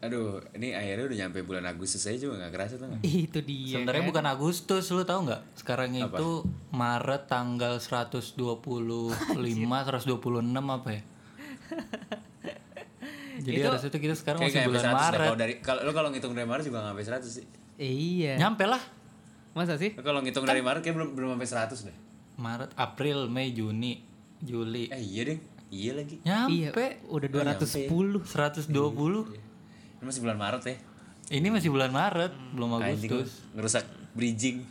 Aduh, ini akhirnya udah nyampe bulan Agustus aja juga gak kerasa tuh gak? Itu dia. kan? Sebenarnya bukan Agustus lu tahu nggak? Sekarang Apa? itu Maret tanggal 125, 126 apa ya? Jadi Itu- harusnya itu kita sekarang Kayak masih gak sampai 100 bulan deh. Maret. Kalau dari kalau lu kalau ngitung dari Maret juga gak sampai 100 sih. Iya. Nyampe lah. Masa sih? Lu kalau ngitung Kan- dari Maret kayak belum belum sampai 100 deh. Maret, April, Mei, Juni, Juli. Eh iya deh. Iya lagi. Iya. Nyampe Udah 210. 120. Ini masih bulan Maret ya. Ini masih bulan Maret, belum Anjing Agustus. ngerusak bridging.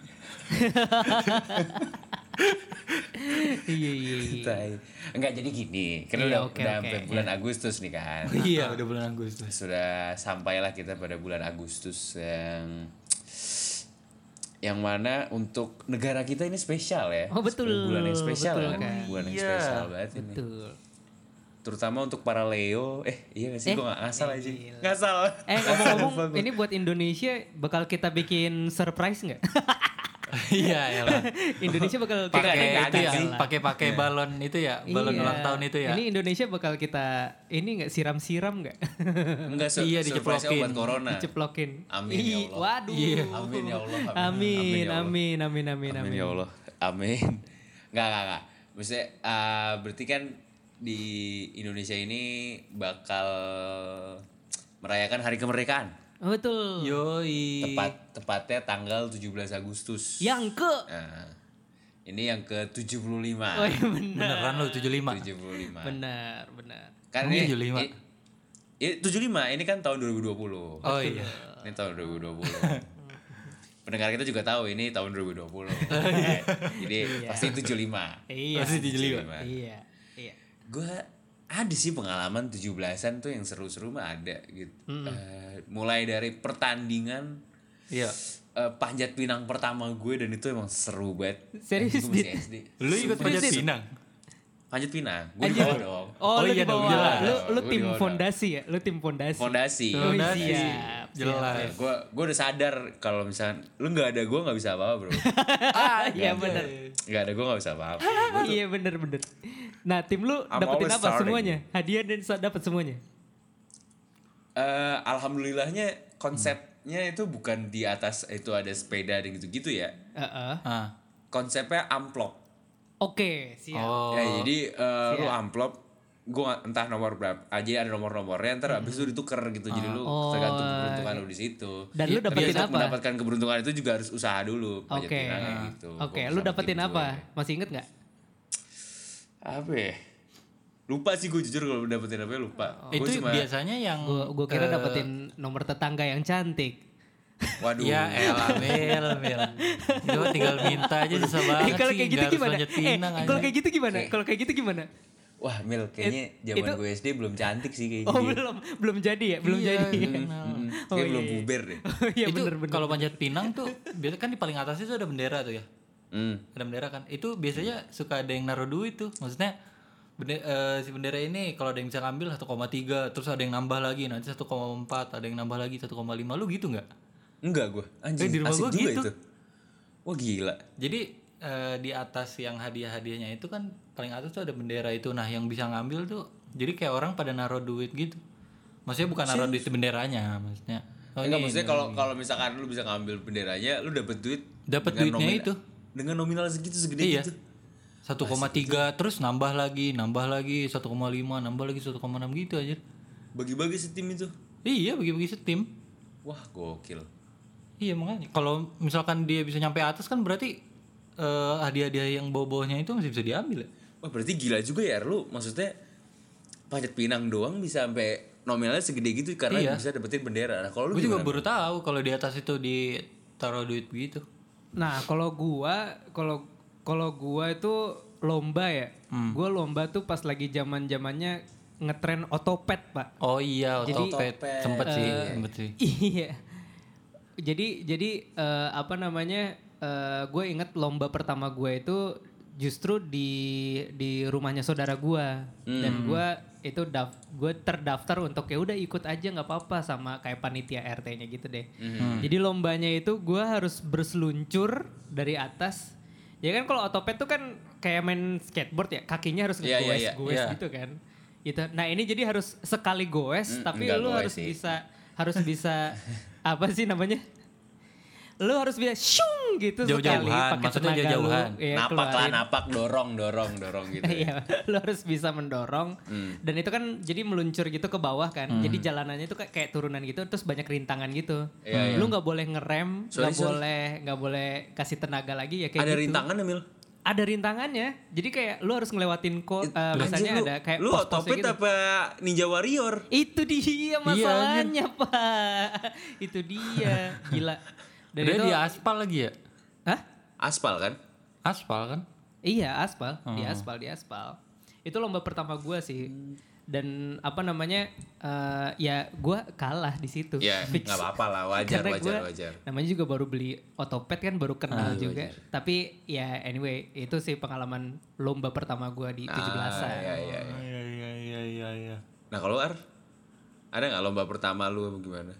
iya iya iya. Tai. Enggak jadi gini. Karena udah, Iya, oke, udah oke, sampai bulan Agustus nih kan. Iya, udah bulan Agustus. Sudah sampailah kita pada bulan Agustus yang yang mana untuk negara kita ini spesial ya. Oh, betul. Bulan yang spesial Betul, kan. kan. Bulan yang spesial banget ini. Betul. terutama untuk para Leo eh iya gak sih Eh, gue gak ngasal aja gila. ngasal Eh ngomong-ngomong ini buat Indonesia bakal kita bikin surprise nggak? Iya, elah. Indonesia bakal kita Pakai Nggak itu ada ya, sih. pakai-pakai balon itu ya, balon Iya. ulang tahun itu ya. Ini Indonesia bakal kita ini nggak siram-siram nggak? enggak su- Iya, surprise diceplokin. obat corona Diceplokin. Amin ya Ih, Allah. Waduh. Iya. amin ya Allah Amin, ya Allah. amin, amin, amin, amin amin. ya Allah amin enggak enggak enggak maksudnya eh, berarti kan di Indonesia ini bakal merayakan hari kemerdekaan Oh, betul. Iya. Yoi. Iya. tepat tepatnya tanggal 17 Agustus Yang ke. Nah, ini yang ke 75 Oh, iya benar. Beneran lu 75. 75 Benar, benar. kan Emang ini 75? i- i- 75 ini kan tahun 2020 Oh iya. ini tahun 2020 pendengar kita juga tahu ini tahun 2020 Eh, jadi pasti 75 Oh, Iya. Pasti 75. Iya. Iya. gue ada sih pengalaman 17-an tuh yang seru-seru mah ada gitu Eh, mulai dari pertandingan Iya. eh, panjat pinang pertama gue dan itu emang seru banget Serius, Gue masih SD. Lu Sumpah. ikut panjat pinang? panjat pinang gue di bawah dong Oh, Oh, lu iya di dong, bawah. jelas. Lu, lu Gua tim di bawah. fondasi ya? Lu tim fondasi. fondasi Oh, Udah siap, sih. siap. iya. Jelas. gue gue udah sadar kalau misalnya lu nggak ada gue nggak bisa apa apa bro Ah, iya benar. nggak ada gue nggak bisa apa apa Iya benar benar. Nah, tim lu I'm dapetin always apa starting. semuanya? Hadiah dan sa- dapet semuanya. Eh, alhamdulillahnya konsepnya itu bukan di atas itu ada sepeda dan gitu-gitu ya Heeh. Ah. konsepnya amplop Oke, siap. Oh. ya jadi eh, lu amplop gue entah nomor berapa aja ada nomor-nomornya ntar abis itu ditukar gitu jadi lu tergantung keberuntungan lu di situ Dan iya, lu dapetin untuk apa? mendapatkan keberuntungan itu juga harus usaha dulu panjat Oke. pinangnya gitu. Gua Oke, bersama lu tim dapetin gue. apa? Masih inget nggak? apa ya? lupa sih gue jujur kalau dapetin apa ya lupa Oh. Gua itu cuma biasanya yang Gua gua kira eh, dapetin nomor tetangga yang cantik. waduh Ya elah Mel, Mel. Itu tinggal minta aja susah banget Eh, kalau sih, kayak gitu nggak harus gimana? panjat Eh, pinang aja. kalau kayak gitu gimana? Kalau kayak gitu gimana? Wah Mil kayaknya zaman gue SD belum cantik sih kayaknya. Oh, belum belum jadi ya, belum Iya, jadi. belum. Mm-mm. Oh, Kayaknya iya, belum iya. puber deh. Oh, Iya itu benar benar. kalau panjat pinang tuh biasanya kan di paling atas itu ada bendera tuh ya. Hmm. Ada bendera kan. Itu biasanya suka ada yang naruh duit tuh. Maksudnya bende- eh, si bendera ini kalau ada yang bisa ngambil 1,3 terus ada yang nambah lagi nanti 1,4 ada yang nambah lagi 1,5 lu gitu nggak? Enggak gue. Anjing Eh, di rumah asik gue juga gitu. itu. Wah gila. Oh, Jadi eh, di atas yang hadiah-hadiahnya itu kan paling atas tuh ada bendera itu. Nah, yang bisa ngambil tuh jadi kayak orang pada naruh duit gitu. Maksudnya bukan naruh duit di benderanya, maksudnya. Oh, iya, Enggak ini maksudnya kalau kalau misalkan lu bisa ngambil benderanya, lu dapet duit. Dapet dengan duitnya nomina- itu. Dengan nominal segitu segede Iya. gitu. 1,3 terus nambah lagi, nambah lagi 1,5, nambah lagi 1,6 gitu aja. Bagi-bagi setim itu. Iya, bagi-bagi setim. Wah gokil. Iya makanya kalau misalkan dia bisa nyampe atas kan berarti eh, hadiah-hadiah yang bobohnya itu masih bisa diambil ya. Wah berarti gila juga ya lu. Maksudnya panjat pinang doang bisa sampai nominalnya segede gitu karena Iya. bisa dapetin bendera. Nah kalau lu Gue juga gimana? baru tahu kalau di atas itu ditaruh duit begitu. Nah, kalau gua kalau kalau gua itu lomba ya. Hmm. Gua lomba tuh pas lagi zaman-zamannya ngetren otopet, Pak. Oh iya, Jadi, Eh. otopet. Otopet. Sempet sih, sempet sih. Iya. Jadi jadi eh, apa namanya? eh, gue inget lomba pertama gue itu justru di di rumahnya saudara gue dan gue itu daf gue terdaftar untuk ya udah ikut aja nggak apa-apa sama kayak panitia RT-nya gitu deh. Jadi lombanya itu gue harus berseluncur dari atas. Ya kan kalau otopet tuh kan kayak main skateboard ya kakinya harus Iya, iya, ngegoes iya, goes iya. gitu kan. Gitu. Nah ini jadi harus sekali goes Mm, tapi nggak lu goes harus sih. bisa harus bisa apa sih namanya? Lu harus bisa syung gitu Jauh-jauhan, sekali pakai maksudnya tenaga lu. jauh-jauhan. Iya, napak lah keluarin. napak dorong dorong dorong gitu ya. Iya, lu harus bisa mendorong. Mm. Dan itu kan jadi meluncur gitu ke bawah kan. Mm. Jadi jalanannya itu kayak, kayak turunan gitu terus banyak rintangan gitu. Iya, Lu nggak boleh ngerem, Sorry, nggak sorry. boleh nggak boleh kasih tenaga lagi ya kayak ada gitu. rintangan Emil Ada rintangannya. Jadi kayak lu harus ngelewatin ko, eh, Anjir, misalnya lu- ada kayak lu Iya, pos-posnya otopet gitu. apa ninja warrior Itu dia masalahnya, Pak. Itu dia. Gila. Dan Dia itu di aspal lagi ya? Hah? aspal kan Aspal kan? Iya, aspal, di Oh. aspal, di aspal. Itu lomba pertama gua sih. Dan apa namanya? eh, ya gua kalah di situ. ya Fix. nggak apa-apa lah wajar Karena wajar gua wajar Namanya juga baru beli otopet kan baru Ah, kenal juga. iya. Tapi ya anyway, itu sih pengalaman lomba pertama gua di 17-an. ya, ya, ya. Iya iya iya iya iya. nah kalau Ar ada nggak lomba pertama lu apa gimana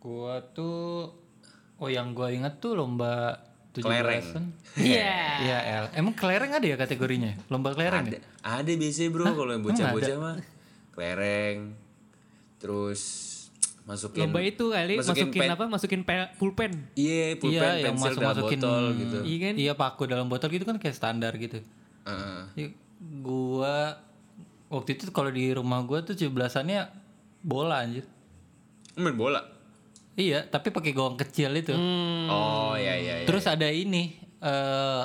Gua tuh oh yang gua inget tuh lomba 17 Kelereng. Ah. Iya. Iya El. Emang kelereng ada ya kategorinya? Lomba kelereng ada ya? ada biasanya bro kalau yang bocah-bocah mah kelereng terus masukin Lomba itu kali masukin, masukin pen- apa? Masukin pe- pulpen. iya pulpen Iya yang pensil dalam masuk-masukin botol gitu Iya kan? Iya paku dalam botol gitu kan kayak standar gitu. Heeh. Ya, Gua waktu itu kalau di rumah gua tuh 17-annya bola anjir. main bola Iya, tapi pakai gawang kecil itu. Hmm. oh ya ya ya Terus ada ini eh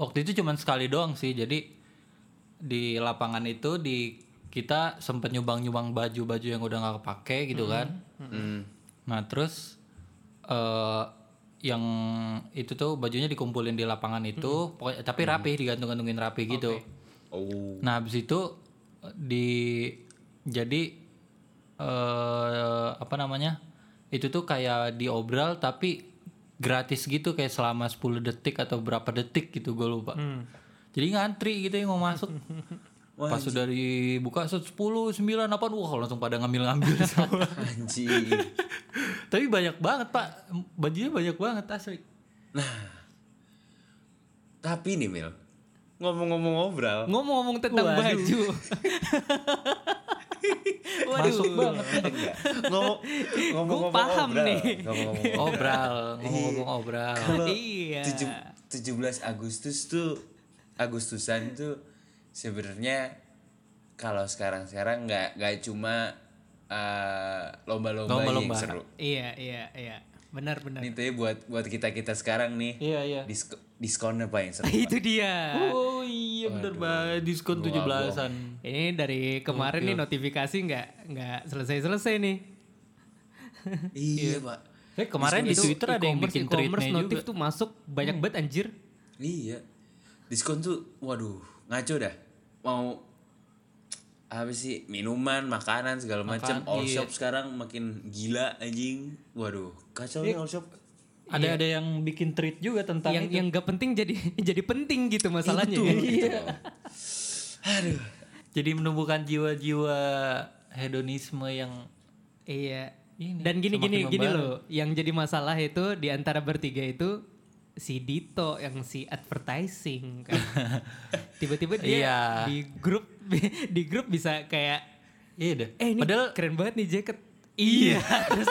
waktu itu cuman sekali doang sih. Jadi di lapangan itu di kita sempet nyumbang-nyumbang baju-baju yang udah nggak kepake gitu kan. Hmm. Nah, terus eh yang itu tuh bajunya dikumpulin di lapangan Hmm. itu, pokoknya- tapi rapi digantung-gantungin rapi gitu. oh Nah, habis itu eh, di jadi eh apa namanya? Itu tuh kayak diobral tapi gratis gitu kayak selama 10 detik atau berapa detik gitu gue lupa. Jadi ngantri gitu yang mau masuk. Pas udah dibuka set 10 9 apa wah langsung pada ngambil-ngambil semua. anjing tapi banyak banget, Pak. Bajunya banyak banget asli. tapi nih Mil ngomong-ngomong obral Ngomong-ngomong tentang baju. Waduh. Masuk banget. Enggak. ngomong ngomong-ngomong paham obral. nih. ngomong-ngomong Obral, ngomong-ngomong obral. Kalau Iya. tujuh- 17 Agustus tuh Agustusan tuh sebenarnya kalau sekarang-sekarang nggak nggak cuma eh, lomba-lomba yang Lomba-lomba. seru. Iya, iya, iya. Benar, benar. Ini tuh ya buat buat kita kita sekarang nih Iya, iya. disko- diskon apa yang seru? Itu dia. Oh iya bener banget diskon 17-an. Ini dari kemarin nih notifikasi nggak nggak selesai-selesai nih. iya pak. Eh kemarin di Itu Twitter ada yang e-commerce- bikin e-commerce tweetnya notif juga. Hmm. tuh masuk banyak banget anjir. Iya. Diskon tuh waduh ngaco dah. Mau apa sih minuman, makanan segala macam all shop sekarang makin gila anjing. Waduh, kacau nih all shop. Ada ada yang bikin tweet juga tentang ya? Iya. yang itu. yang nggak penting jadi jadi penting gitu masalahnya. Gitu loh. Jadi menumbuhkan jiwa-jiwa hedonisme yang Iya. Ini Dan gini gini semakin gini membara. loh, yang jadi masalah itu di antara bertiga itu si Dito yang si advertising kan. Tiba-tiba dia Iya. di grup di grup bisa kayak iya dah. eh ini padahal keren banget nih jaket. Iya. Terus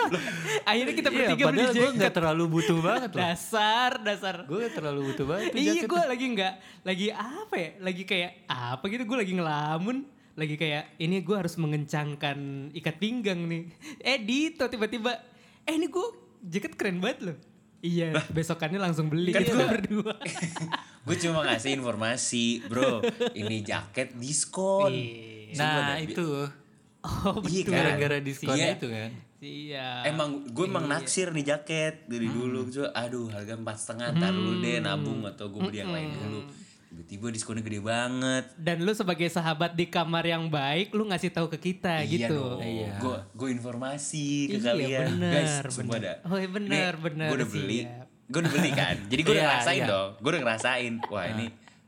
akhirnya kita iya, bertiga beli padahal gue jaket. nggak terlalu butuh banget loh. Dasar, dasar. Gue terlalu butuh banget tuh Iya, jaket. gue lagi nggak, lagi apa ya? Lagi kayak apa gitu? Gue lagi ngelamun, lagi kayak ini gue harus mengencangkan ikat pinggang nih. Eh Dito tiba-tiba, eh ini gue jaket keren banget loh. Iya, besokannya langsung beli Kan kita gua- berdua. gue cuma ngasih informasi bro ini jaket diskon Iya. Sumpah Nah dah, bi- itu Oh Iya betul. kan? gara-gara diskon Iya. itu kan. Iya. Hmm. emang gue emang naksir nih jaket dari dulu gue aduh harga empat setengah ntar lu deh nabung atau gue beli yang lain Hmm. dulu tiba-tiba diskonnya gede banget Dan lu sebagai sahabat di kamar yang baik, lu ngasih tahu ke kita gitu. iya gue gue informasi ke Iya, kalian bener, guys semua bener. ada Oh, iya, bener, bener, gue udah beli siap. gue udah beli kan jadi gue udah Iya, ngerasain iya. dong gue udah ngerasain wah ini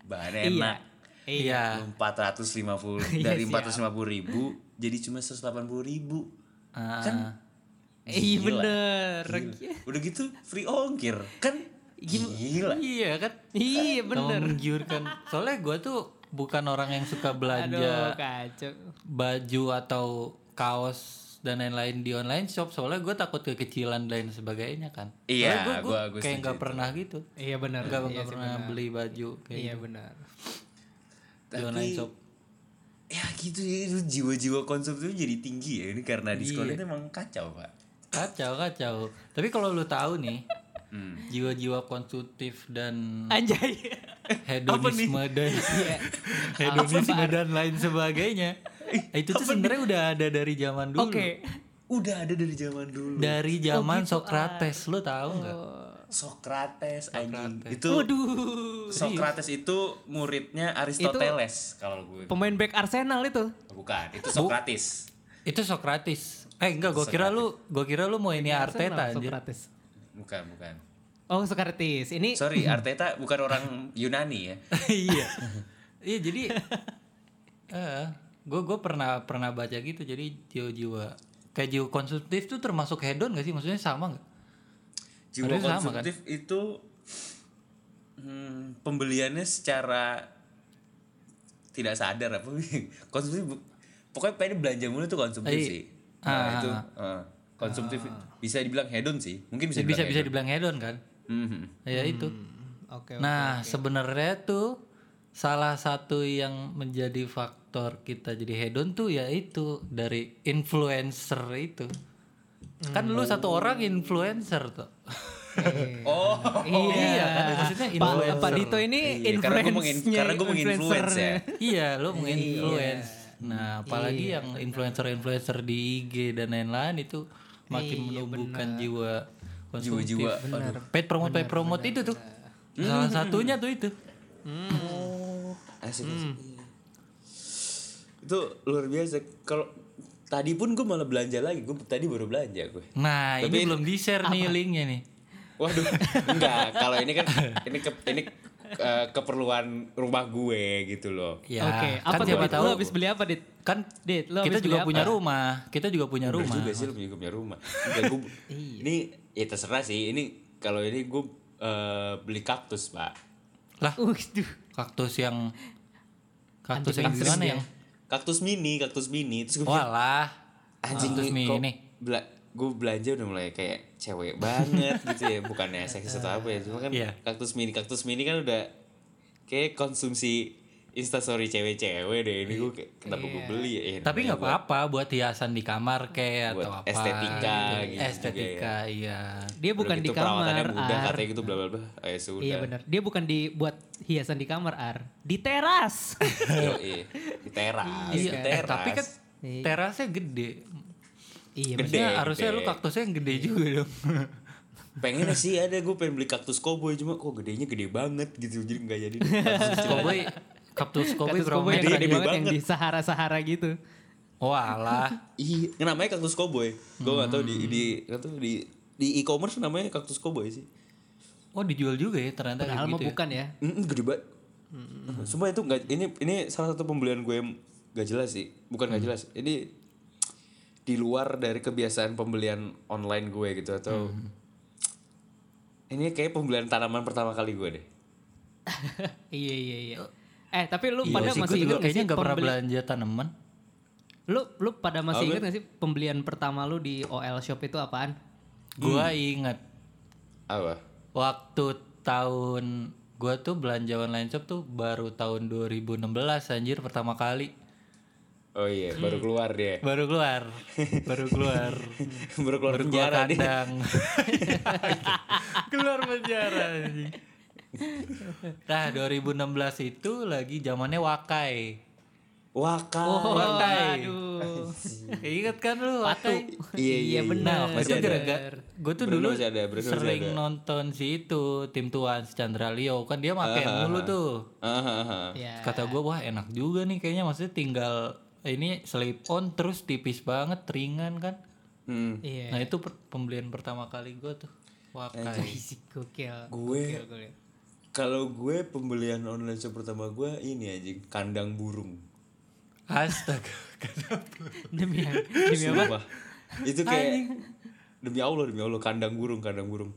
bahannya Ah. Iya. enak Iya. Iya. 450 Iya, dari siap. 450 ribu jadi cuma 180 ribu Kan? Ah. Iya Gila. bener. Gila. Udah gitu free ongkir kan gila. Iya kan. Iya Bener. bener. Menggiurkan. Soalnya gue tuh bukan orang yang suka belanja Aduh kacau. baju atau kaos dan lain-lain di online shop soalnya gue takut kekecilan dan sebagainya kan Iya, Soalnya gua- gua- gua gua kayak setuju nggak itu. pernah gitu Iya benar. nggak iya nggak sih, pernah benar. beli baju kayak Iya gitu. benar. di online shop ya gitu ya, itu jiwa-jiwa konsumtif jadi tinggi ya ini karena diskon itu emang kacau pak kacau kacau tapi kalau lu tahu nih jiwa-jiwa konsumtif dan Anjay. hedonisme dan Iya, hedonisme dan lain sebagainya itu tuh sebenarnya udah ada dari zaman dulu Oke. udah ada dari zaman dulu dari zaman Socrates lu tahu nggak Socrates anjing Socrates. itu Waduh. Socrates itu muridnya Aristoteles kalau gue Pemain back Arsenal itu. bukan itu Socrates itu Socrates eh enggak gue kira lu gue kira lu mau ini Iya, Arteta Arsenal, anjir Socrates. bukan bukan Oh, Socrates. Ini sorry Arteta bukan orang Yunani ya iya iya jadi eh gue gue pernah pernah baca gitu jadi jiwa-jiwa kayak jiwa konsumtif tuh termasuk hedon gak sih maksudnya sama nggak jiwa Padahal sama, kan? konsumtif itu hmm, pembeliannya secara tidak sadar apa konsumtif bu- pokoknya pengen belanja mulu tuh konsumtif Iya. sih nah Ah. itu eh, konsumtif bisa dibilang hedon sih mungkin bisa bisa bisa, dibilang hedon. dibilang hedon kan Mhm. ya itu Hmm. Oke. nah sebenarnya tuh salah satu yang menjadi faktor kita jadi hedon tuh ya itu dari influencer itu kan lu Hmm. satu orang influencer tuh oh Ya, iya kan maksudnya Pak, Pak influencer Dito ini Iya, karena gue mengin- influence-nya, karena gue menginfluence ya. influencer-nya. iya lo menginfluence nah apalagi yang influencer influencer di IG dan lain-lain itu makin menumbuhkan jiwa konsumtif Jiwa-jiwa, paid promote paid promote itu tuh salah satunya tuh itu Hmm. Asik, asik. Hmm. itu luar biasa kalau tadi pun gue malah belanja lagi gue tadi baru belanja gue nah ini Tapi- belum di share nih linknya nih Waduh, enggak. Kalau ini kan ini ke, ini eh, keperluan rumah gue gitu loh. ya Oke, kan apa tuh? siapa Dit? tahu Lu habis beli apa, Dit? kan Dit, lu kita habis juga beli punya apa? rumah kita juga punya Bener rumah Iya. juga sih lu punya, gue punya rumah. Enggak, gue- ini ya terserah sih. Ini kalau ini gue eh, beli kaktus pak. lah Waduh. kaktus yang kaktus yang Anti-mainstream gimana dia. yang Kaktus mini, kaktus mini. Terus gue walah anjing Oh, kaktus ini, kok mini. bela- gue belanja udah mulai kayak cewek banget gitu ya. Bukannya seksis atau apa ya. Cuma kan Iya. kaktus mini, kaktus mini kan udah kayak konsumsi instastory cewek-cewek deh. Ini gue kayak, kenapa gue beli ya? ya? Iya. Tapi nggak apa-apa buat hiasan di kamar kayak Buat atau apa. Iya, estetika gitu juga Estetika iya. Dia bukan Udah di gitu perawatannya kamar. mudah Ar. katanya gitu bla bla bla. Ayo sudah. Iya benar. Dia bukan dibuat hiasan di kamar, Ar. Di teras. Yoi. Di teras, di Eh, teras. tapi kan terasnya gede. iya, Gede, Maksudnya harusnya gede. Iya. lu kaktusnya yang gede juga dong. pengen sih ada gue pengen beli kaktus koboi cuma kok gedenya gede banget gitu jadi nggak jadi. deh. Kaktus koboi. Cowboy kaktus Koboi cowboy Oh, berapa Gede, yang gede meter? gede banget yang banget. di Sahara-Sahara gitu. Walah. Iya, namanya kaktus koboi. Gue nggak tahu di di nggak tahu di di e-commerce namanya kaktus koboi sih. Oh dijual juga ya ternyata kayak Padahal mah gitu. ya. bukan ya. Mm, gede banget. Sumpah itu nggak ini ini salah satu pembelian gue yang gak jelas sih. Bukan nggak jelas. Ini di luar dari kebiasaan pembelian online gue gitu atau ini kayak pembelian tanaman pertama kali gue deh. Iya iya iya. Eh tapi lu Iya pada sih, gua masih juga ingat kayaknya nggak pernah pembeli- belanja tanaman. Lu lu pada masih ingat gak sih pembelian pertama lu di OL shop itu apaan? Gua Hmm. inget Apa? waktu tahun gua tuh belanja online shop tuh baru tahun 2016 anjir pertama kali. Oh iya, baru keluar dia. Baru keluar. baru baru keluar keluar. baru keluar penjara dia. kandang keluar penjara anjing. nah 2016 itu lagi zamannya wakai Wakai. wakai Aduh. inget kan lu wakai Iya, iya, benar. Nah, Masih itu ada. gara-gara gue tuh Bruno dulu masih ada, Bruno masih sering ada. nonton si itu tim tuan si Chandra Leo kan dia pakai mulu tuh. Aha, aha. Ya. Kata gue wah enak juga nih kayaknya maksudnya tinggal ini slip on terus tipis banget ringan kan. Hmm. Iya. Eh, iya. Nah itu per- pembelian pertama kali gue tuh wakai. Fisik gokil. Gue- Gokil, gokil. Kalau gue pembelian online shop pertama gue ini anjing kandang burung. Astaga. Demi demi apa? Sumpah. Itu kayak demi Allah demi Allah kandang burung kandang burung.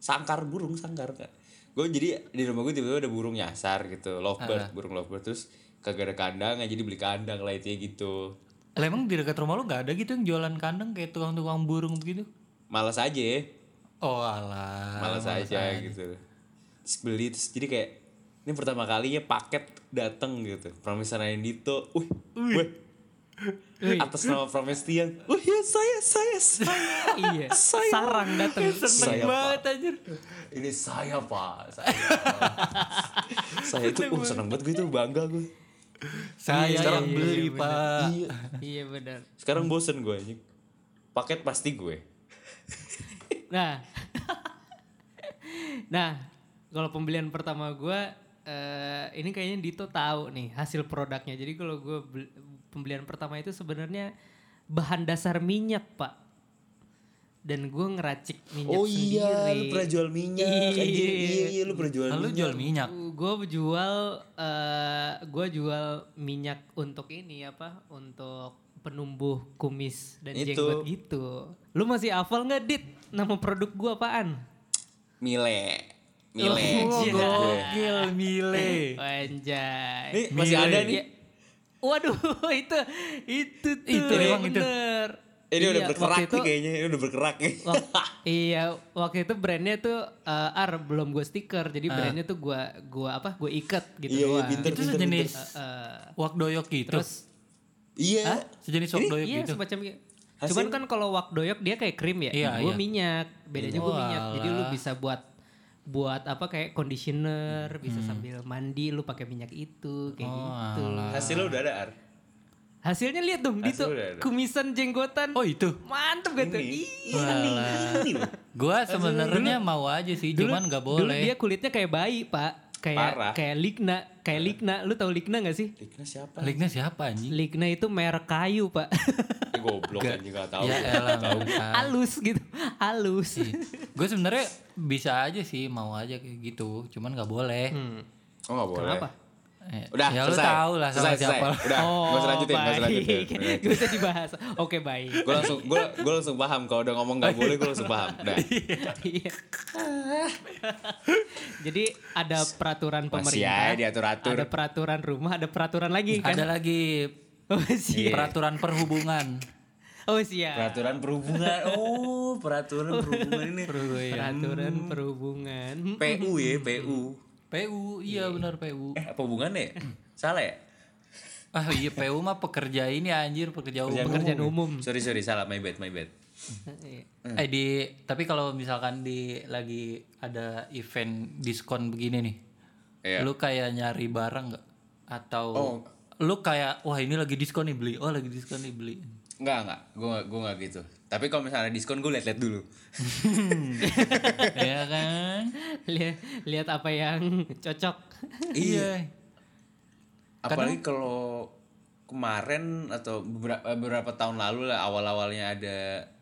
Sangkar burung sangkar kan. Gue jadi di rumah gue tiba-tiba ada burung ya nyasar gitu, lovebird, burung lovebird terus kagak ada kandang jadi beli kandang lah itu gitu. Lah emang di dekat rumah lu nggak ada gitu yang jualan kandang kayak tukang-tukang burung gitu? Malas aja ya. Oh alah. malas aja gitu terus beli terus jadi kayak ini pertama kalinya paket dateng gitu Promise Nandito wih wih atas nama Promise Tiang wih ya saya saya saya iya. Sarang datang. Saya, Seneng Pak. banget anjir. ini saya pak saya saya itu uh seneng banget gue itu bangga gue Saya sekarang yang beli, beli pak. iya iya benar. sekarang bosen gue anjing paket pasti gue Nah. nah, kalau pembelian pertama gua eh, ini kayaknya Dito tahu nih hasil produknya. Jadi kalau gua bel- pembelian pertama itu sebenarnya bahan dasar minyak, Pak. Dan gua ngeracik minyak oh sendiri. iya lu pernah jual minyak Iya. anjing. iya iya lu pernah jual Lalu minyak jual minyak. Gue jual eh gue jual minyak untuk ini apa? Untuk penumbuh kumis dan Itu. jenggot gitu. Lu masih hafal nggak, Dit? Nama produk gua apaan? mile mile Iya. Oh, Gue. Gokil Eh, mile. Anjay. Nih, masih Mile. ada nih Ya. Waduh, itu itu tuh Itu yang emang itu. bener. Eh, Ini Iya, udah berkerak waktu itu- nih kayaknya, ini udah berkerak nih. Wak- iya, waktu itu brandnya tuh eh, R belum gue stiker, jadi brandnya tuh gue gua apa? Gue ikat gitu Ah. Iya, iya, doang. pinter, Itu pinter, sejenis pinter. Eh, wak doyok gitu. terus Iya. sejenis wak doyok Iya gitu. semacam gitu. Hasil- Cuman kan kalau wak doyok dia kayak krim ya. Iya, gue iya. minyak. Bedanya gue minyak. Jadi lu Walah. bisa buat buat apa kayak conditioner, bisa Hmm. sambil mandi lu pakai minyak itu Oh, kayak ah. gitu. Hasilnya udah ada, Ar. Hasilnya lihat dong Hasil Dito, udah ada. kumisan jenggotan. Oh itu. Mantep gak tuh? Ini. Iya. Ini loh. Gua sebenarnya mau aja sih, cuman nggak Dulu boleh. dia kulitnya kayak bayi, Pak. Kayak Parah. kayak ligna, kayak ligna. Lu tahu ligna gak sih? Dikna siapa? Linknya siapa anjing? Ligna itu merek kayu, Pak. Eh, Goblok anjing gak tahu. Ya Iya. gua. elah. Ah. halus gitu. Iya. Halus. Gue sebenarnya bisa aja sih, mau aja kayak gitu, cuman nggak boleh. Oh enggak boleh. Kenapa? Eh, Udah, ya selesai. lu tahu lah sama selesai, siapa. selesai. lah. Udah, enggak usah lanjutin, enggak usah lanjutin. Oh, baik. Nggak usah dibahas. Oke, baik. Gue langsung gue gue langsung paham kalau udah ngomong gak boleh gue langsung paham. Nah, Udah. Iya. Jadi ada peraturan Masih pemerintah, aja diatur-atur. ada peraturan rumah, ada peraturan lagi Ada kan? lagi Oh Iya. siap. peraturan perhubungan. Oh siap. Peraturan perhubungan. Oh, peraturan perhubungan ini. Peraturan perhubungan. Hmm. PU ya, PU. PU, iya benar PU. Eh, apa hubungannya? ya? Salah ya? Ah iya PU mah pekerja ini anjir, pekerja umum. Pekerjaan umum. Sorry, sorry, salah. My bad, my bad. Iya. Hmm. Eh di tapi kalau misalkan di lagi ada event diskon begini nih. Iya. Lu kayak nyari barang nggak? Atau Oh. lu kayak wah ini lagi diskon nih beli. Oh lagi diskon nih beli. Enggak, enggak. Gue gue enggak gitu. Tapi kalau misalnya diskon gue liat-liat dulu. Iya kan? Lihat lihat apa yang cocok. iya. Apalagi kalau kemarin atau beberapa, beberapa tahun lalu lah awal-awalnya ada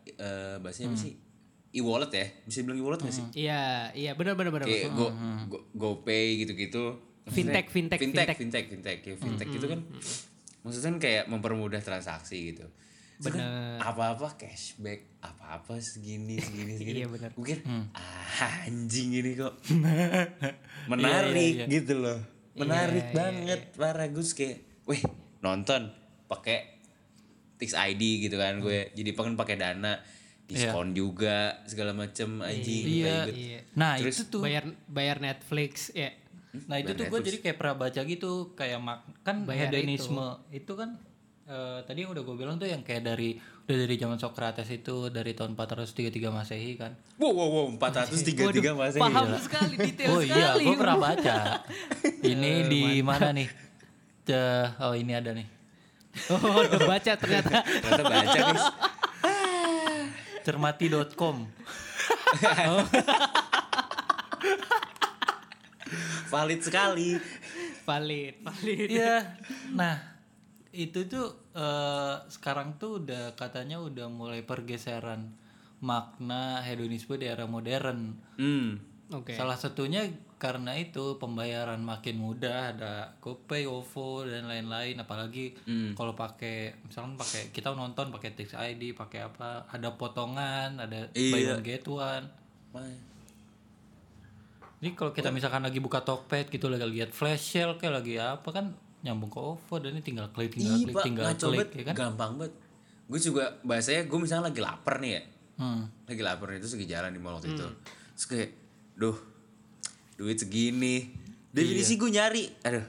eh bahasanya Hmm. apa sih? E-wallet ya? Bisa bilang e-wallet nggak sih? Iya, iya benar benar benar. Kayak Go, Go, GoPay gitu-gitu. Maksudnya- Fintech, fintech, fintech, fintech. fintech, fintech. Ya, fintech itu kan maksudnya kan kayak mempermudah transaksi gitu. Itu kan apa-apa cashback, apa-apa segini, segini, segini. Iya, benar. Mungkin ah, anjing ini kok menarik gitu loh menarik banget parah gue kayak weh nonton pakai Tix ID gitu kan gue jadi pengen pakai dana diskon juga segala macem anjing Iya. ribet. Nah, itu tuh Bayar bayar Netflix ya. Nah itu tuh gue jadi kayak pernah baca gitu kayak mak kan hedonisme itu, kan eh, tadi yang udah gue bilang tuh yang kayak dari udah dari zaman Socrates itu dari tahun 433 masehi kan. wow wow wow 433 masih Paham sekali detail Oh sekali. iya gue pernah baca. ini di mana nih? Ceh, oh ini ada nih. Oh, udah baca ternyata. ternyata baca guys Cermati.com. valid sekali Valid, valid. Iya. Nah itu tuh eh, sekarang tuh udah katanya udah mulai pergeseran makna hedonisme di era modern. hmm Oke. Salah satunya karena itu pembayaran makin mudah ada GoPay, OVO dan lain-lain apalagi Hmm. kalau pakai misalkan pakai kita nonton pakai Tix ID, pakai apa, ada potongan, ada buy Iya. one get one. Oh. Ini kalau kita misalkan lagi buka Tokped gitu lagi lihat flash sale kayak lagi apa kan nyambung ke OVO dan ini tinggal klik tinggal Ih, klik Pak, tinggal ngaco klik banget. ya kan. Gampang banget. Gue juga bahasanya gue misalnya lagi lapar nih ya. Hmm. Lagi lapar itu segi jalan di mall waktu itu. Hmm. Terus kayak, duh, duit segini. Definisi gue nyari. Aduh.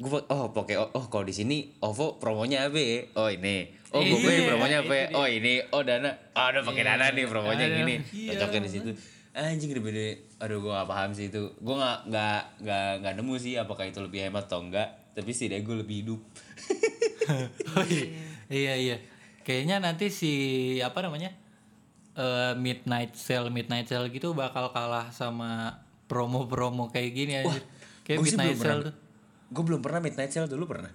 Gue oh poke oh kalau di sini OVO promonya apa ya? Oh ini. Oh Iya, GoPay promonya apa? ya? itu dia. Oh ini. Oh Dana. Oh udah pakai Dana nih promonya Aduh, gini. iya, Cocokin di situ. Anjing gede beda. Aduh gue gak paham sih itu. Gue gak, nggak nggak nggak nemu sih apakah itu lebih hemat atau enggak. Tapi sih gue lebih hidup. Oh, iya. iya iya. Kayaknya nanti si apa namanya? eh, midnight sale midnight sale gitu bakal kalah sama promo-promo kayak gini anjir. Kayak midnight sale tuh. Gue belum pernah midnight sale dulu pernah.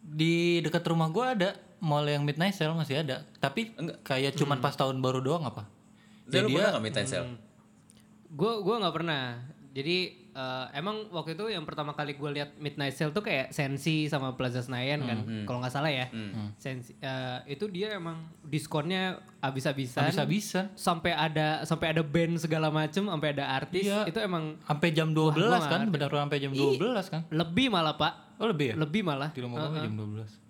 Di dekat rumah gua ada mall yang midnight sale masih ada. Tapi kayak cuman pas tahun baru doang apa? Dia Ya, lu pernah gak midnight Hmm. sale? Gue gua nggak pernah. Jadi eh, emang waktu itu yang pertama kali gue lihat Midnight Sale tuh kayak Sensi sama Plaza Senayan kan, Hmm, kalau nggak salah ya. Sensi eh, itu dia emang diskonnya abis-abisan. Habis-habisan. sampai ada sampai ada band segala macem, sampai ada artis. Iya. Itu emang Sampai jam 12 gua nggak kan? Benar sampai jam 12 kan? lebih malah pak, Oh lebih ya? lebih malah. Eh, Di rumah gua jam 12.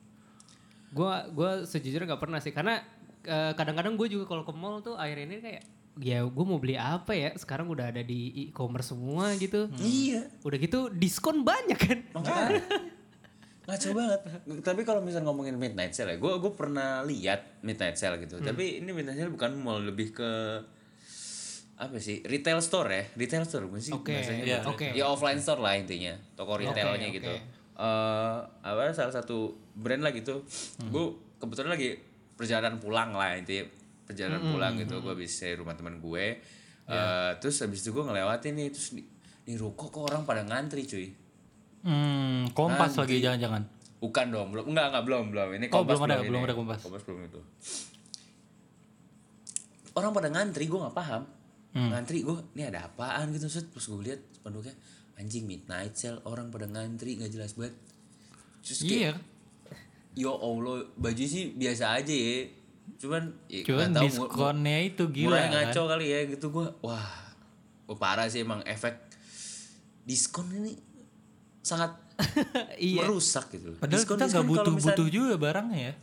gua gua sejujurnya nggak pernah sih karena eh, kadang-kadang gue juga kalau ke mall tuh akhir ini kayak ya gue mau beli apa ya sekarang udah ada di e-commerce semua gitu Hmm. Iya. udah gitu diskon banyak kan Makanya. Ah. Ngaco banget. Tapi kalau misalnya ngomongin midnight sale ya, gue gue pernah lihat midnight sale gitu. Hmm. Tapi ini midnight sale bukan mall, lebih ke apa sih retail store ya retail store gue sih Oke, bahasanya iya, bukan. oke. ya offline store lah intinya toko retailnya oke. gitu Eh, apa salah satu brand lah gitu Hmm. gue kebetulan lagi perjalanan pulang lah intinya perjalanan Hmm, pulang gitu gue habis dari rumah teman gue Eh, Iya. terus habis itu gue ngelewatin nih terus di, di ruko kok orang pada ngantri cuy Hmm, kompas lagi jangan-jangan. bukan dong belum enggak enggak belum belum ini Oh, kompas belum ada, ini. belum ada Kompas. belum itu orang pada ngantri gue nggak paham Hmm. ngantri gue ini ada apaan gitu set terus gue lihat penduduknya anjing midnight sale orang pada ngantri nggak jelas banget terus kayak Iya. yo allah baju sih biasa aja ya cuman ya, nggak Cuman tahu, mu- diskonnya itu gila. mulai kan? ngaco kali ya gitu gue wah oh, parah sih emang efek diskon ini sangat iya merusak gitu Padahal kita nggak kalau misalnya- butuh-butuh juga barangnya ya.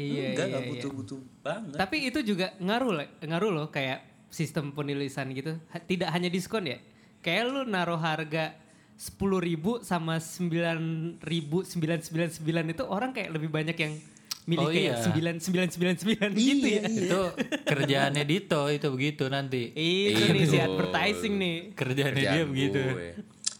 enggak iya, enggak iya. butuh-butuh banget tapi itu juga ngaruh lah- ngaruh loh kayak sistem penulisan gitu Ha- tidak hanya diskon ya kayak lu naruh harga sepuluh ribu sama sembilan ribu sembilan sembilan sembilan itu orang kayak lebih banyak yang milih Oh, kayak iya. sembilan sembilan sembilan sembilan Iya. gitu ya Itu kerjaannya Dito itu begitu nanti. Itu nih si Iya, advertising nih. Kerjaannya Kerjaan dia begitu. gue. Ya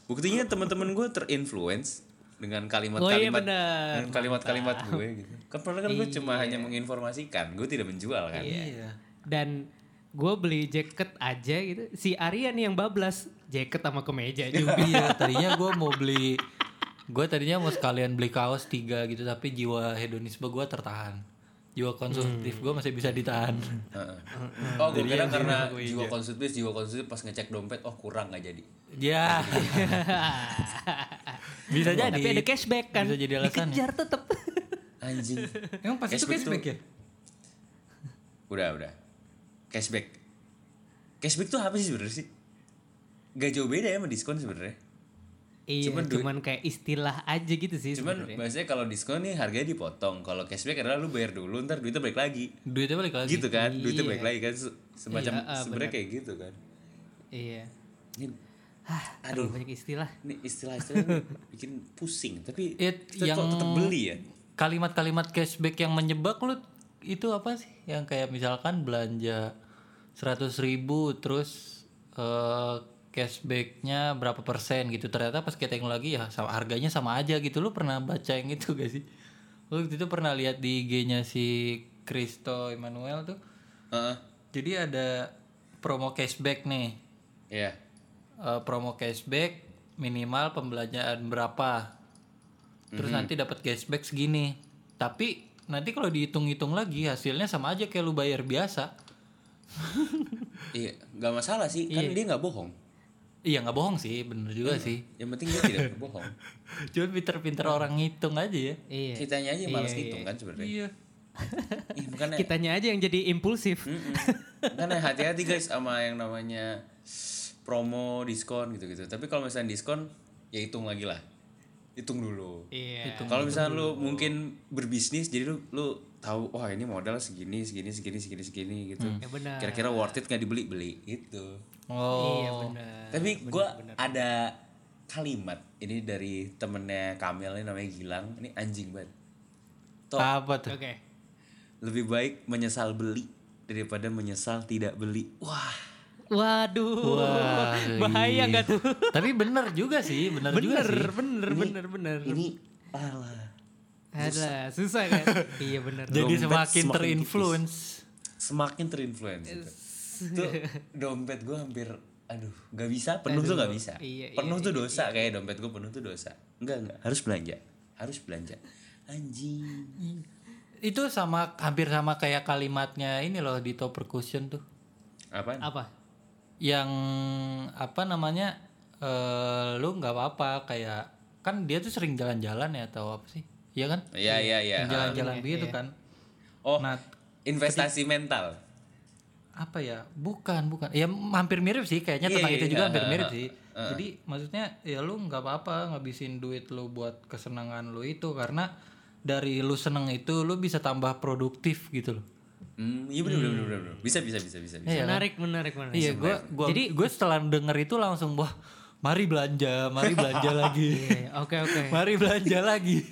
buktinya teman-teman gue terinfluence dengan Oh iya kalimat-kalimat benar. dengan kalimat-kalimat gue gitu kan padahal kan gue cuma hanya menginformasikan gue tidak menjual kan Iya. Dan gue beli jaket aja gitu. Si Arya nih yang bablas jaket sama kemeja juga. Iya, tadinya gue mau beli gue tadinya mau sekalian beli kaos tiga gitu tapi jiwa hedonisme gue tertahan. Jiwa konsumtif gue masih bisa ditahan. Heeh. oh gue kira karena jiwa konsultif jiwa konsultif pas ngecek dompet oh kurang nggak jadi Ya. bisa jadi. Tapi ada cashback kan. Bisa jadi alasannya. Dikejar tetep. anjing Emang pas itu Cashback cashback tuh- ya? udah udah cashback cashback tuh apa sih sebenarnya sih gak jauh beda ya sama diskon sebenarnya iya, Cuman cuman, duit- kayak istilah aja gitu sih cuman sebenarnya. biasanya kalau diskon nih harganya dipotong kalau cashback adalah lu bayar dulu ntar duitnya balik lagi Duitnya balik lagi. gitu kan duitnya balik lagi kan se- semacam Iya, ah, sebenarnya kayak gitu kan Iya. ini Hah, Aduh. aduh banyak istilah. ini istilah-istilah ini bikin pusing tapi It- kita yang- kok tetap beli ya kalimat-kalimat cashback yang menyebak lu itu apa sih yang kayak misalkan belanja 100.000 ribu terus eh, cashbacknya berapa persen gitu ternyata pas kita tengok lagi ya sama harganya sama aja gitu lu pernah baca yang itu gak sih lu waktu itu pernah lihat di IG-nya si Kristo Emmanuel tuh Heeh. jadi ada promo cashback nih Iya. Eh, promo cashback minimal pembelanjaan berapa terus nanti dapat cashback segini tapi nanti kalau dihitung-hitung lagi hasilnya sama aja kayak lu bayar biasa iya nggak masalah sih kan dia nggak bohong iya nggak bohong sih bener juga sih yang penting dia tidak berbohong cuman pinter-pinter orang ngitung aja ya Iya. kitanya aja malas ngitung kan sebenarnya Iya, iya Ih, makanya Kitanya aja yang jadi impulsif. Mm-mm. makanya Hmm. hati-hati guys sama yang namanya promo diskon gitu-gitu tapi kalau misalnya diskon ya hitung lagi lah hitung dulu Iya. kalau misalnya lu mungkin berbisnis jadi lu lu tahu wah ini modal segini segini segini segini segini gitu Ya benar. kira-kira worth it nggak dibeli beli gitu Oh. Iya benar. tapi gua ada kalimat ini dari temennya Kamil ini namanya Gilang ini anjing banget Top. Apa tuh? Oke. lebih baik menyesal beli daripada menyesal tidak beli wah Waduh. Wah, Bahaya iya. nggak tuh? Tapi bener juga sih, bener, juga Bener, sih. bener, bener, bener. ini alah Ada susah kan? iya bener. Jadi Dompet semakin semakin terinfluence. semakin terinfluence gitu. tuh dompet gua hampir aduh nggak bisa penuh tuh nggak bisa iya, penuh tuh dosa kayak dompet gua penuh tuh dosa enggak enggak harus belanja harus belanja anjing Itu sama hampir sama kayak kalimatnya ini loh di top percussion tuh. apaan Apa? Yang apa namanya? eh lu nggak apa-apa kayak kan dia tuh sering jalan-jalan ya atau apa sih? Iya kan? Iya iya iya. Jalan-jalan gitu kan. Oh, Nah, investasi mental. apa ya bukan bukan ya m- hampir mirip sih kayaknya Iya, tentang iya, itu iya. eh, juga hampir mirip sih jadi maksudnya ya lu nggak apa-apa ngabisin duit lu buat kesenangan lu itu karena dari lu seneng itu lu bisa tambah produktif gitu loh Hmm, iya bener bener bener bener. Bisa bisa bisa bisa. kan? bisa. menarik, menarik, menarik. iya gue gua, jadi gue setelah denger itu langsung wah mari belanja mari belanja lagi Iya, Oke, oke. mari belanja lagi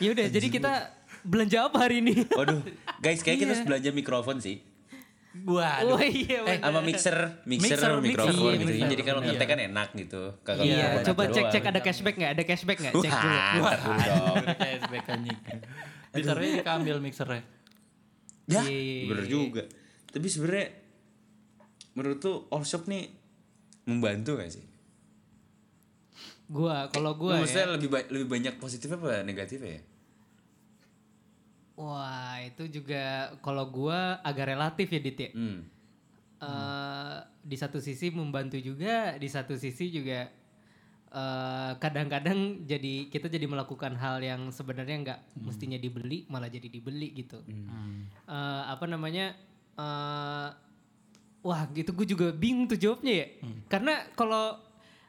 Yaudah, jadi kita belanja apa hari ini? Waduh, guys kayak kita Iya. harus belanja mikrofon sih. Waduh Oh iya, Eh, bener. sama mixer, mixer, Mixer, mikrofon mixer. gitu. Iya, Jadi kalau ngetek kan enak gitu. Kagak iya, keluar coba doang. cek cek ada cashback nggak? Ada cashback nggak? Cek dulu. Wah, ntar dulu dong. SBK Oh, anjing mixernya diambil mixernya Ya, Iya. bener juga. Tapi sebenarnya menurut tuh all shop nih membantu gak sih? Gua, kalau gua ya. Maksudnya lebih ba- lebih banyak positifnya apa negatifnya ya? Wah, itu juga kalau gua agak relatif ya, Dit ya. Hmm. eh di satu sisi membantu juga, di satu sisi juga eh, kadang-kadang jadi kita jadi melakukan hal yang sebenarnya nggak mestinya dibeli malah jadi dibeli gitu. Eh, apa namanya? eh wah, gitu gue juga bingung tuh jawabnya ya. Karena kalau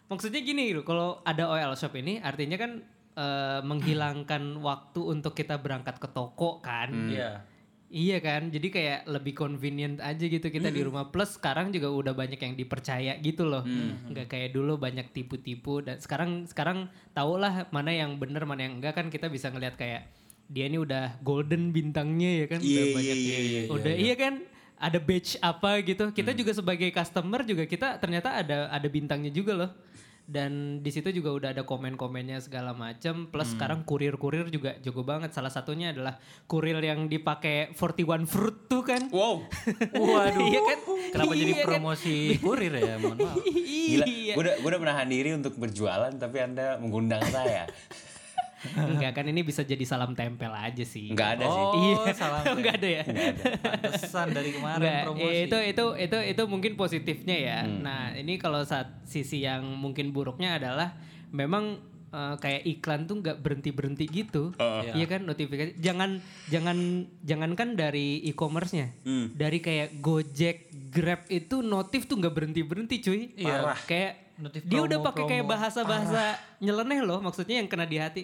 maksudnya gini loh, kalau ada OL shop ini artinya kan eh, menghilangkan waktu untuk kita berangkat ke toko kan. Hmm. iya Iya kan, jadi kayak lebih convenient aja gitu kita di Hmm. rumah. Plus sekarang juga udah banyak yang dipercaya gitu loh, Hmm. nggak kayak dulu banyak tipu-tipu. Dan sekarang sekarang tau lah mana yang bener mana yang enggak kan kita bisa ngelihat kayak dia ini udah golden bintangnya ya kan, Iya, udah iya, banyak, iya, iya, udah iya kan, ada badge apa gitu. Kita juga sebagai customer juga kita ternyata ada ada bintangnya juga loh. Dan di situ juga udah ada komen-komennya segala macam. Plus sekarang kurir-kurir juga jago banget. Salah satunya adalah kurir yang dipakai 41 fruit tuh kan. Wow, waduh Iya kan? Kenapa jadi Iya kan? promosi kurir ya? Mohon maaf. Gila, Iya. gue udah, gua udah menahan diri untuk berjualan tapi anda mengundang saya. Enggak kan ini bisa jadi salam tempel aja sih. Iya. Nggak ada sih. Oh, salah. Enggak ada ya. Pesan dari kemarin Nggak, ya promosi. Itu itu itu itu mungkin positifnya ya. Nah, ini kalau saat sisi yang mungkin buruknya adalah memang eh, kayak iklan tuh nggak berhenti-berhenti gitu. Iya kan notifikasi. Jangan jangan jangankan dari e-commerce-nya. Dari kayak Gojek, Grab itu notif tuh nggak berhenti-berenti, cuy. Parah. Kayak Iya. Notif dia udah promo, pakai kayak promo. bahasa-bahasa Ah. nyeleneh loh, maksudnya yang kena di hati.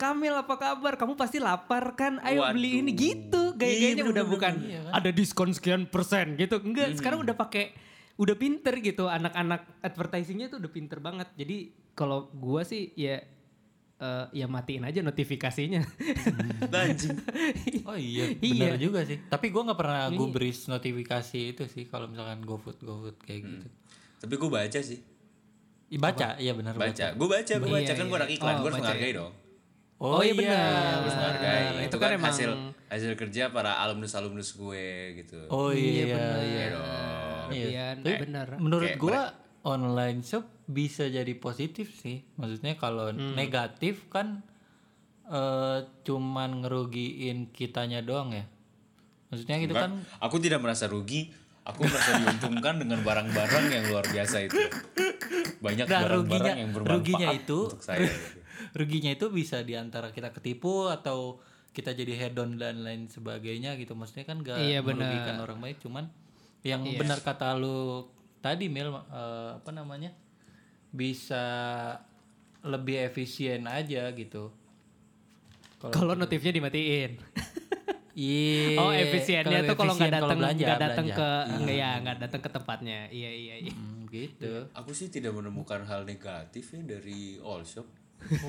Kamil apa kabar? Kamu pasti lapar kan? Ayo beli ini gitu. Gaya-gayanya Iya, udah bukan ada diskon sekian persen gitu. Enggak, Hmm. sekarang udah pakai udah pinter gitu anak-anak advertisingnya tuh udah pinter banget. Jadi kalau gua sih ya eh, ya matiin aja notifikasinya. Hmm. Nah, Anjing. Oh iya, Iya. benar juga sih. Tapi gua nggak pernah gubris notifikasi itu sih kalau misalkan GoFood GoFood kayak Hmm. gitu. tapi gue baca sih. Ih, Baca, iya benar baca. Baca. Gue baca, gue baca. kan gue anak iklan, Oh, gue harus baca ya. menghargai dong. Oh, iya benar. Harus Benar. menghargai. Itu Itu, kan kan, emang- hasil, hasil kerja para alumnus-alumnus gue gitu. Oh iya. bener. iya. Iya, Tapi benar. Kayak Menurut gua online shop bisa jadi positif sih. Maksudnya kalau negatif kan eh, cuman ngerugiin kitanya doang ya. Maksudnya gitu kan Aku tidak merasa rugi, aku merasa diuntungkan dengan barang-barang yang luar biasa itu. Banyak Nah, ruginya, barang-barang yang bermanfaat ruginya itu untuk saya. ruginya itu bisa diantara kita ketipu atau kita jadi hedon dan lain sebagainya gitu maksudnya kan gak Iya, benar. Iya. merugikan orang baik cuman yang benar kata lu tadi Mil eh, apa namanya bisa lebih efisien aja gitu. Kalau notifnya dimatiin. Iya. Oh efisiennya kalau tuh kalau nggak efisien datang belanja, nggak datang belanja. Iya. ke nggak ya nggak datang ke tempatnya. Iya iya iya. Hmm, gitu. Aku sih tidak menemukan hal negatif ya dari all shop.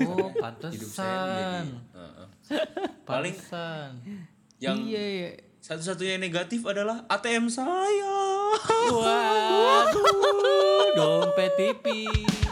Oh, Hidup saya menjadi pantesan. Heeh. Paling yang Iya iya. satu-satunya yang negatif adalah ATM saya. Waduh, dompet tipis.